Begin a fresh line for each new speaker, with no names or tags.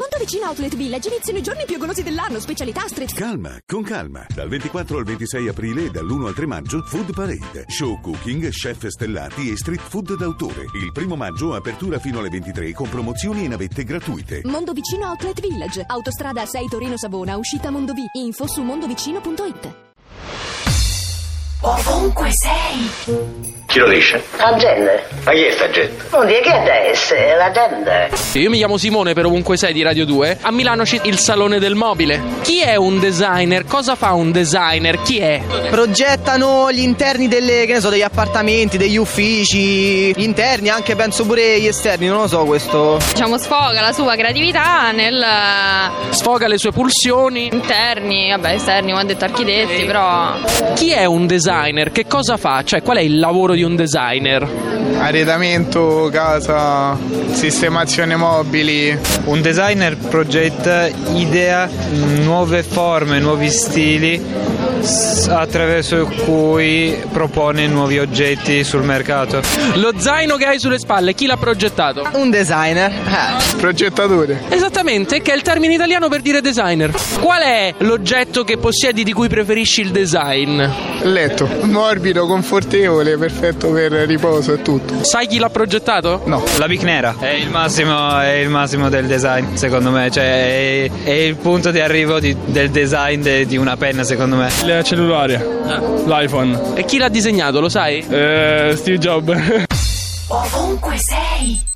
Officina Outlet Village iniziano i giorni più golosi dell'anno, specialità street
Calma, con calma. Dal 24 al 26 aprile e dall'1 al 3 maggio, Food Parade, show cooking, chef stellati e street food d'autore. Il primo maggio apertura fino alle 23 con promozioni e navette gratuite.
Mondovicino Outlet Village, autostrada 6 Torino Savona, uscita Mondovì, info su mondovicino.it.
Ovunque sei.
Chi lo dice?
Agende.
Ma chi è sta gente?
Vuol dire che adesso è l'agenda.
Io mi chiamo Simone per ovunque sei di Radio 2. A Milano c'è il Salone del Mobile. Chi è un designer? Cosa fa un designer? Chi è?
progettano gli interni delle, che ne so, degli appartamenti, degli uffici, gli interni, anche penso pure gli esterni, non lo so questo.
diciamo, sfoga la sua creatività nel eh,
Sfoga le sue pulsioni.
interni, vabbè, esterni, come ha detto architetti, però
Chi è un designer? Che cosa fa? Cioè, qual è il lavoro di un designer?
Arredamento, casa, sistemazione mobili. Un designer progetta, idea nuove forme, nuovi stili s- attraverso cui propone nuovi oggetti sul mercato.
Lo zaino che hai sulle spalle, chi l'ha progettato?
Un designer. Eh.
Progettatore.
Esattamente, che è il termine italiano per dire designer. Qual è l'oggetto che possiedi di cui preferisci il design?
Letto. Morbido, confortevole, perfetto per riposo e tutto.
Sai chi l'ha progettato?
No. La bicnera è il massimo, è il massimo del design, secondo me. Cioè, è, è il punto di arrivo di- del design de- di una penna, secondo me.
Il cellulare, l'iPhone,
E chi l'ha disegnato, lo sai?
eh, Steve Jobs.
Ovunque sei.